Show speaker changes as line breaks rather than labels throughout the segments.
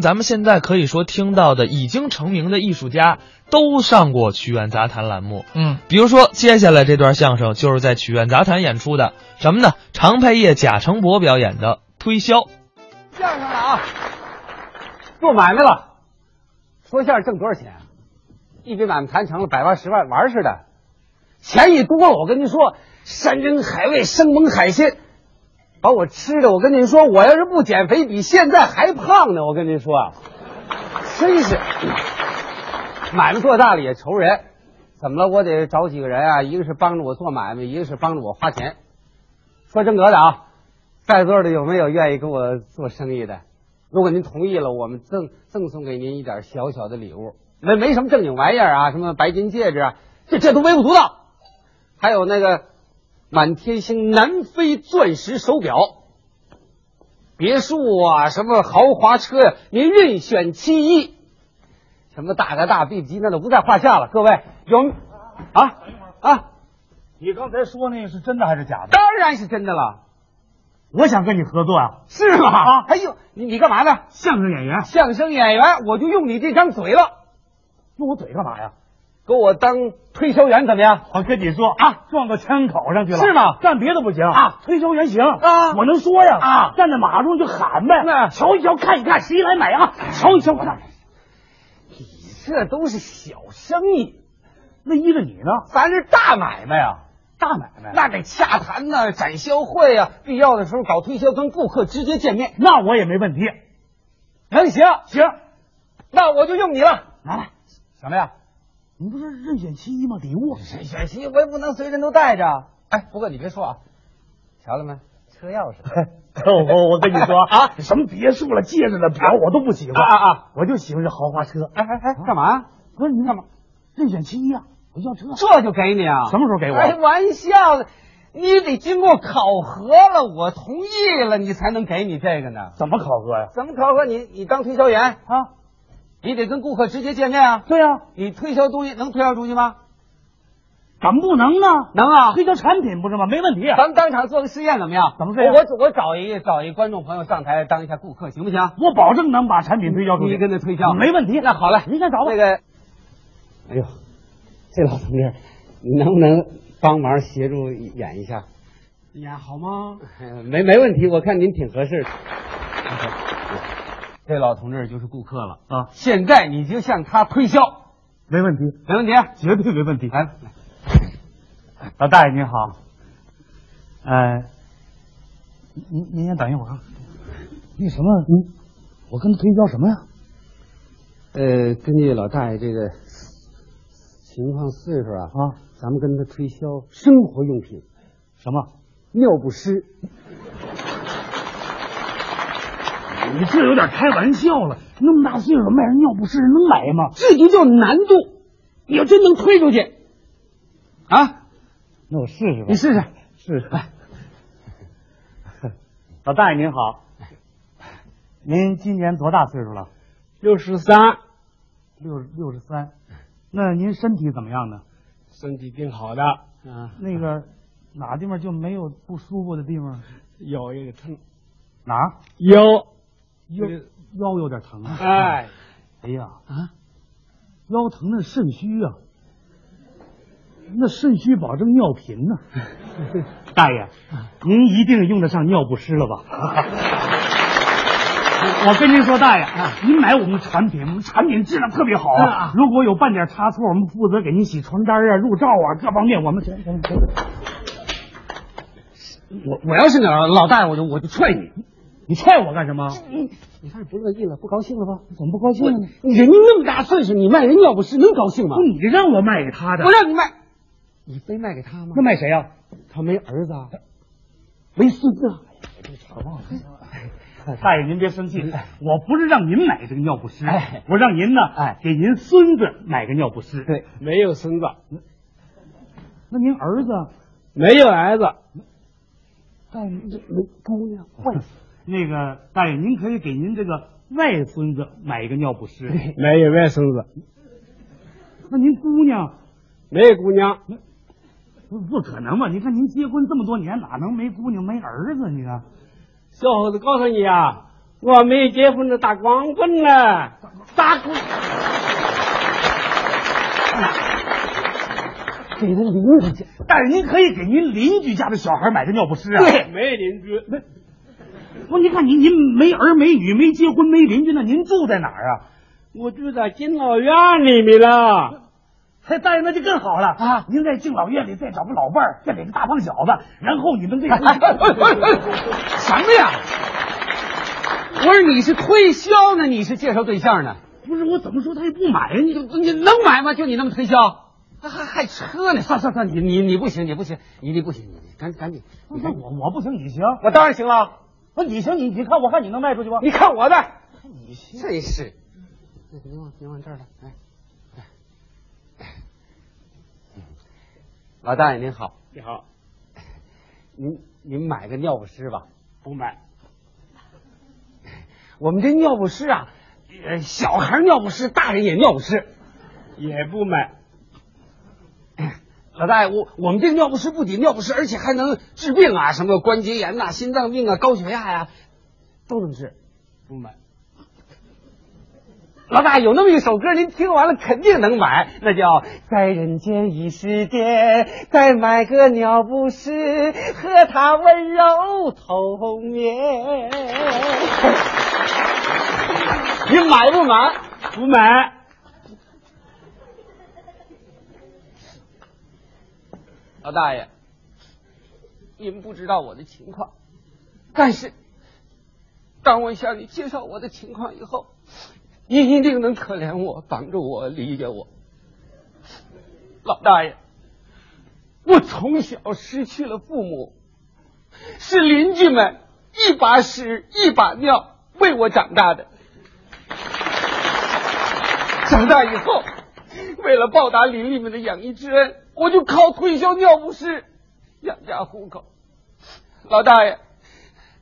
咱们现在可以说听到的已经成名的艺术家都上过曲苑杂谈栏目，
嗯，
比如说接下来这段相声就是在曲苑杂谈演出的，什么呢？常佩业、贾成博表演的推销。
相声了啊，做买卖了。说相声挣多少钱啊？一笔买卖谈成了，百万、十万，玩儿似的。钱一多了，我跟你说，山珍海味、生猛海鲜，把我吃的，我跟你说，我要是不减肥，比现在还胖呢。我跟你说啊，真是买卖做大了也愁人。怎么了？我得找几个人啊，一个是帮着我做买卖，一个是帮着我花钱。说真格的啊，在座的有没有愿意跟我做生意的？如果您同意了，我们赠赠送给您一点小小的礼物，没没什么正经玩意儿啊，什么白金戒指啊，这这都微不足道。还有那个满天星南非钻石手表、别墅啊，什么豪华车呀、您任选其一。什么大哥大、B B 机，那都不在话下了。各位有啊啊，
你刚才说那个是真的还是假的？
当然是真的了，
我想跟你合作啊，
是吗？
啊
哎呦，你你干嘛呢？
相声演员，
相声演员，我就用你这张嘴了，
用我嘴干嘛呀？
给我当推销员怎么样？
我跟你说啊，撞到枪口上去了，
是吗
干别的不行
啊，
推销员行
啊
我能说呀
啊
站在马路上就喊呗，
那
瞧一瞧，看一看，谁来买啊？瞧一瞧，看，
这都是小生意，
那依着你呢，
咱是大买卖啊，
大买卖那
那得洽谈呐、展销会啊，必要的时候搞推销，跟顾客直接见面。
那我也没问题，
能行，
行，
那我就用你了。
拿来，
什么呀？
你不是任选其一吗？礼物，
选选席我也不能随身都带着。哎，不过你别说啊，瞧到没？车钥匙。
我 我我跟你说
啊
什么别墅了、戒指了、表我都不喜欢
啊啊啊！
我就喜欢这豪华车。
哎哎哎，干嘛？
不是你干嘛？任选其一啊，我要车。
这就给你啊？
什么时候给我
开玩笑的，你得经过考核了，我同意了，你才能给你这个呢。
怎么考核呀？
怎么考核你？你当推销员，
啊，
你得跟顾客直接见面啊。
对呀、啊，
你推销东西能推销出去吗？
怎么不能呢？
能 啊
推销产品不是吗？没问题啊。
咱们当场做个试验怎么样？
怎么试验
我我我找一找一观众朋友上台当一下顾客，行不行？
我保证能把产品推销出去。
你跟他推销
没问题。
那好嘞，
您先找吧。
那个，哎呦，这老同志，你能不能帮忙协助演一下？
演好吗？
没没问题，我看您挺合适的。 这老同志就是顾客了
啊
现在你就向他推销，
没问题，
没问题。来
绝对没问题。
来，
哎老大爷您好，呃，您您先等一会儿啊。那什么，嗯，我跟他推销什么呀？
呃，根据老大爷这个情况岁数啊，
啊，
咱们跟他推销生活用品，
什么？
尿不湿。
你这有点开玩笑了。那么大岁数卖人尿不湿能买吗？
这就叫难度。你要真能推出去，啊，
那我试试吧。
你试试。
是，老大爷您好，您今年多大岁数了？
六十三，
六六十三。那您身体怎么样呢？
身体挺好的。啊，
那个哪地方就没有不舒服的地方？
腰有点疼。
哪儿
腰，
腰
这
腰有点疼啊？
哎，
哎呀，
啊，
腰疼那肾虚啊，那肾虚保证尿频 呢、大爷，
啊
您一定用得上尿不湿 了吧？我跟您说，大爷，您买我们产品，我们产品质量特别好啊
啊。
如果有半点差错，我们负责给您洗床单啊、入罩啊各方面，我们全全全。
我我要是你儿老大爷，我就我就踹你。
你踹我干什么？
嗯你看不乐意了，不高兴了吧？
怎么不高兴呢？
你人家那么大岁数，你卖人尿不湿能高兴吗
不，你让我卖给他的
我，让你卖，你非卖给他吗
那卖谁啊呀、
他没儿子，啊，没孙子啊。
大爷，您别生气，我不是让您买这个尿不湿，
哎
我让您呢，
哎，
给您孙子买个尿不湿。，
对，没有孙子，
那您儿子，
没有儿子。
大爷，这姑娘，那个大爷，您可以给您这个外孙子买一个尿不湿。
没有外孙子，
那您姑娘，
没有姑娘，
不不可能吧？你看您结婚这么多年，哪能没姑娘没儿子？你看，
小伙子，告诉你啊，
我没结婚的打光棍了，
打滚！
给他邻居去。
但是您可以给您邻居家的小孩买的尿不湿啊。
对，，没邻居，
不是，您看您您没儿没女没结婚没邻居，那您住在哪儿啊？
我住在敬老院里面了。
嘿，大爷，那就更好了
啊
您在敬老院里再找个老伴儿，再给个大胖小子，然后你 们这个
什么呀？我说你是推销呢，你是介绍对象呢？
不是我怎么说他也不买呀？
你
你
你能买吗？就你那么推销，还还还车呢？算算算，你你你不行，你不行，你你不行，你你赶赶紧，你赶紧，
我我不行，你行，
我当然行了，
不你行，你你看我看你能卖出去吗？
你看我的，真是，您往您往这儿来，哎，哎，哎老大爷您好，
你好，
您您买个尿不湿吧。
不买，
我们这尿不湿啊，呃，小孩尿不湿，大人也尿不湿。
也不买，
老大爷，我我们这尿不湿不仅尿不湿，而且还能治病啊，什么关节炎呐、心脏病啊、高血压呀、都能治。
不买，
老大爷有那么一首歌，您听完了肯定能买，那叫《在人间一世间》，再买个尿不湿，和他温柔同眠。 您买不买？
不买，
老大爷，您不知道我的情况，但是当我向你介绍我的情况以后，您一定能可怜我、帮助我、理解我。老大爷，我从小失去了父母，是邻居们一把屎一把尿喂我长大的。长大以后，为了报答邻里们的养育之恩，我就靠推销尿不湿养家糊口。老大爷，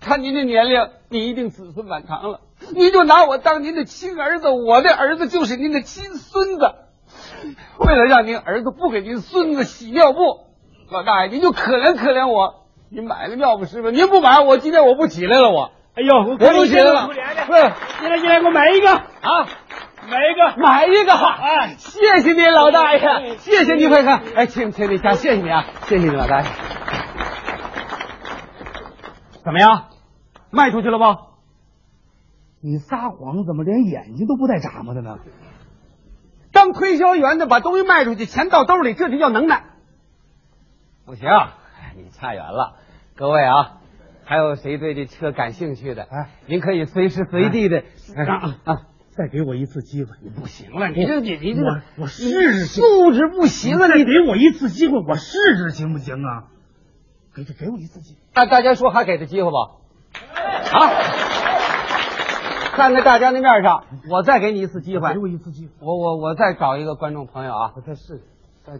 看您的年龄，您一定子孙满堂了，您就拿我当您的亲儿子，我的儿子就是您的亲孙子。为了让您儿子不给您孙子洗尿布，老大爷您就可怜可怜我，您买个尿不湿吧。您不买，我今天我不起来了，我
哎呦，我
我不起来了。对
进来进来，给我买一个，
啊。
买一个，
买一个，
哎
谢谢您老大
哎
爷，谢谢您快看，哎，请请你下，谢谢你啊，谢谢你老大爷。
怎么样，卖出去了吧？你撒谎怎么连眼睛都不带眨巴的呢？
当推销员的把东西卖出去，钱到兜里，这就叫能耐。不行，哎你差远了。各位啊，还有谁对这车感兴趣的？哎，您可以随时随地的。
啊
啊！
再给我一次机会，
不行了，你这你你这
我我试试行
素质不行啊！
你
这
给我一次机会，我试试行不行啊？给给给我一次机会。
大大家说还给他机会吧？啊！站在大家的面上，我再给你一次机会
给。我一次机会，
我我我再找一个观众朋友啊，
我再试试。
再，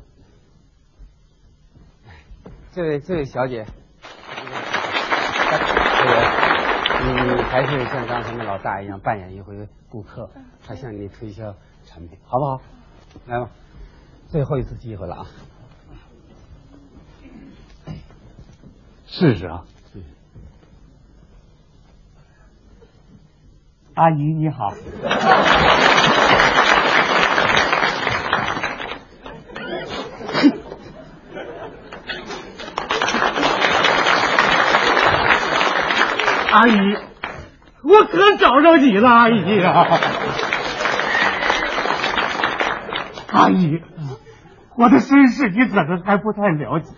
这位这位小姐，这个你嗯还是像刚才那老大一样扮演一回顾客，他向你推销产品，好不好？来吧，最后一次机会了啊！
试试啊。阿姨你好，阿姨，我可找着你了，阿姨啊！阿姨，我的身世你可能还不太了解。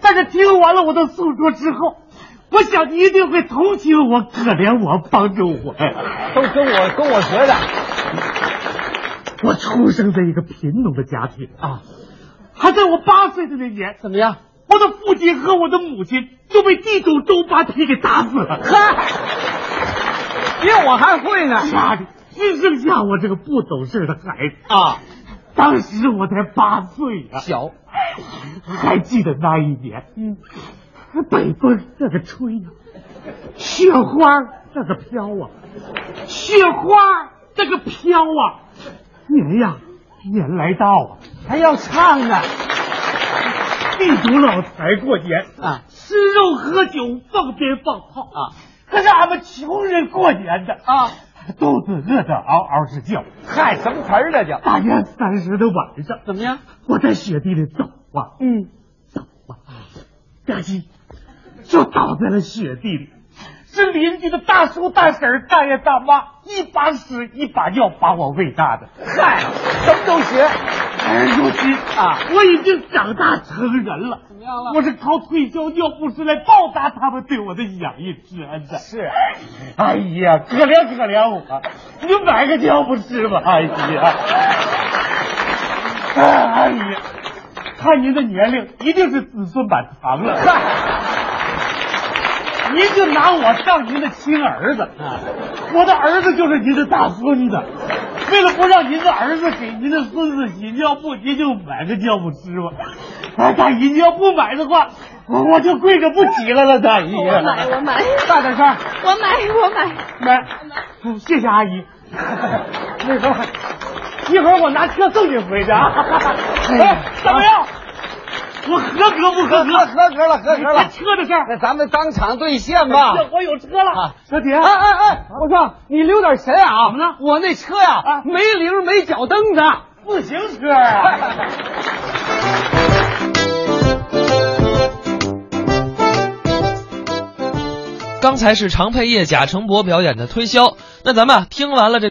但是听完了我的诉说之后，我想你一定会同情我、可怜我、帮助我呀。
都跟我跟我学的，
我出生在一个贫农的家庭啊，还在我八岁的那年，
怎么样？
我的父亲和我的母亲就被地主周扒皮给打死了。
嗨，比我还会呢
家里只剩下我这个不懂事的孩子。
啊！
当时我才八岁呀、
小
还记得那一年，嗯，北风那个吹呀、雪花那个飘啊，雪花那个飘啊，年呀，年来到啊，
还要唱啊呢
地主老财过年
啊
吃肉喝酒，放鞭放炮
啊！
可是俺们穷人过年的
啊，
肚子饿得嗷嗷直叫。
嗨，什么词儿这叫？
大年三十的晚上，
怎么样？
我在雪地里走啊，
嗯，
吧唧，就倒在了雪地里。是邻居的大叔、大婶儿、大爷、大妈，一把屎一把尿把我喂大的。
嗨，什么都学。
而如今
啊，
我已经长大成人了，
怎么样了
我是靠退休尿不湿来报答他们对我的养育之恩的。
是，
哎呀，可怜可怜我，啊你就买个尿不湿吧。哎呀，哎阿姨，看您的年龄，一定是子孙满堂了。 您就拿我当您的亲儿子，我的儿子就是您的大孙子。为了不让您的儿子给您的孙子洗尿布，您就买个尿不湿吧。哎，大姨，你要不买的话，我就跪着不起来了，大姨。
我买，我买，
大点声。
我买，我买。
买，
嗯
谢谢 阿姨。那什么，一会儿我拿车送你回去啊。哎，怎么样？我合格不合格？
合格了，合格了
这。车的事儿，
那咱们当场兑现吧。
这我有车了
啊。
小姐，
哎哎哎，我说你留点神啊！
怎么了
我那车呀、
啊
没铃没脚蹬的。
自行车啊。
刚才是常佩业、贾成博表演的推销。那咱们啊听完了这。